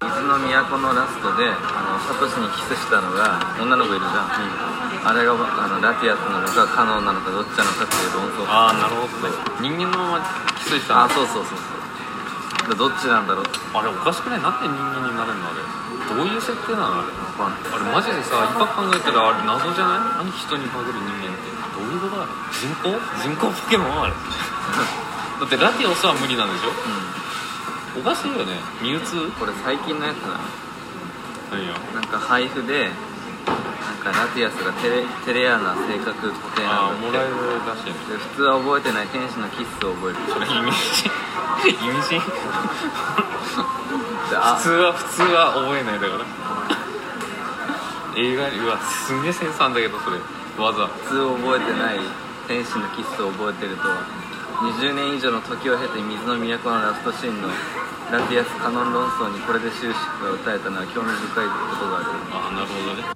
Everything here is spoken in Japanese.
の都のラストであのサトシにキスしたのが女の子いるじゃん、あれがあのラティアスなのかカノンなのかどっちなのかっていう論争ああなるほどね人間のままキスしあたのそうそうそうそうどっちなんだろうってあれおかしくないなんで人間になれるのあれどういう設定なのあれ分かんないあれマジでさ今考えたらあれ謎じゃない何人にパグる人間ってどういうことあれ人工人工ポケモンあれ だってラティオスは無理なんでしょうおかしいよねミュウツーんこれ最近のやつなの何よなんか配布でなんかラティアスがテレテレアな性格固定あなあんだっもらえてる出してるで普通は覚えてない天使のキスを覚えるそれ 意味深 意味で深普あ通は普通は覚えないだから 映画にうわすげえセンスあんだけどそれわざ普通覚えてない天使のキスを覚えてると20年以上の時を経て水の都のラストシーンのラティアスカノン論争にこれで終止符が打たれたのは興味深いことがあるああなるほどね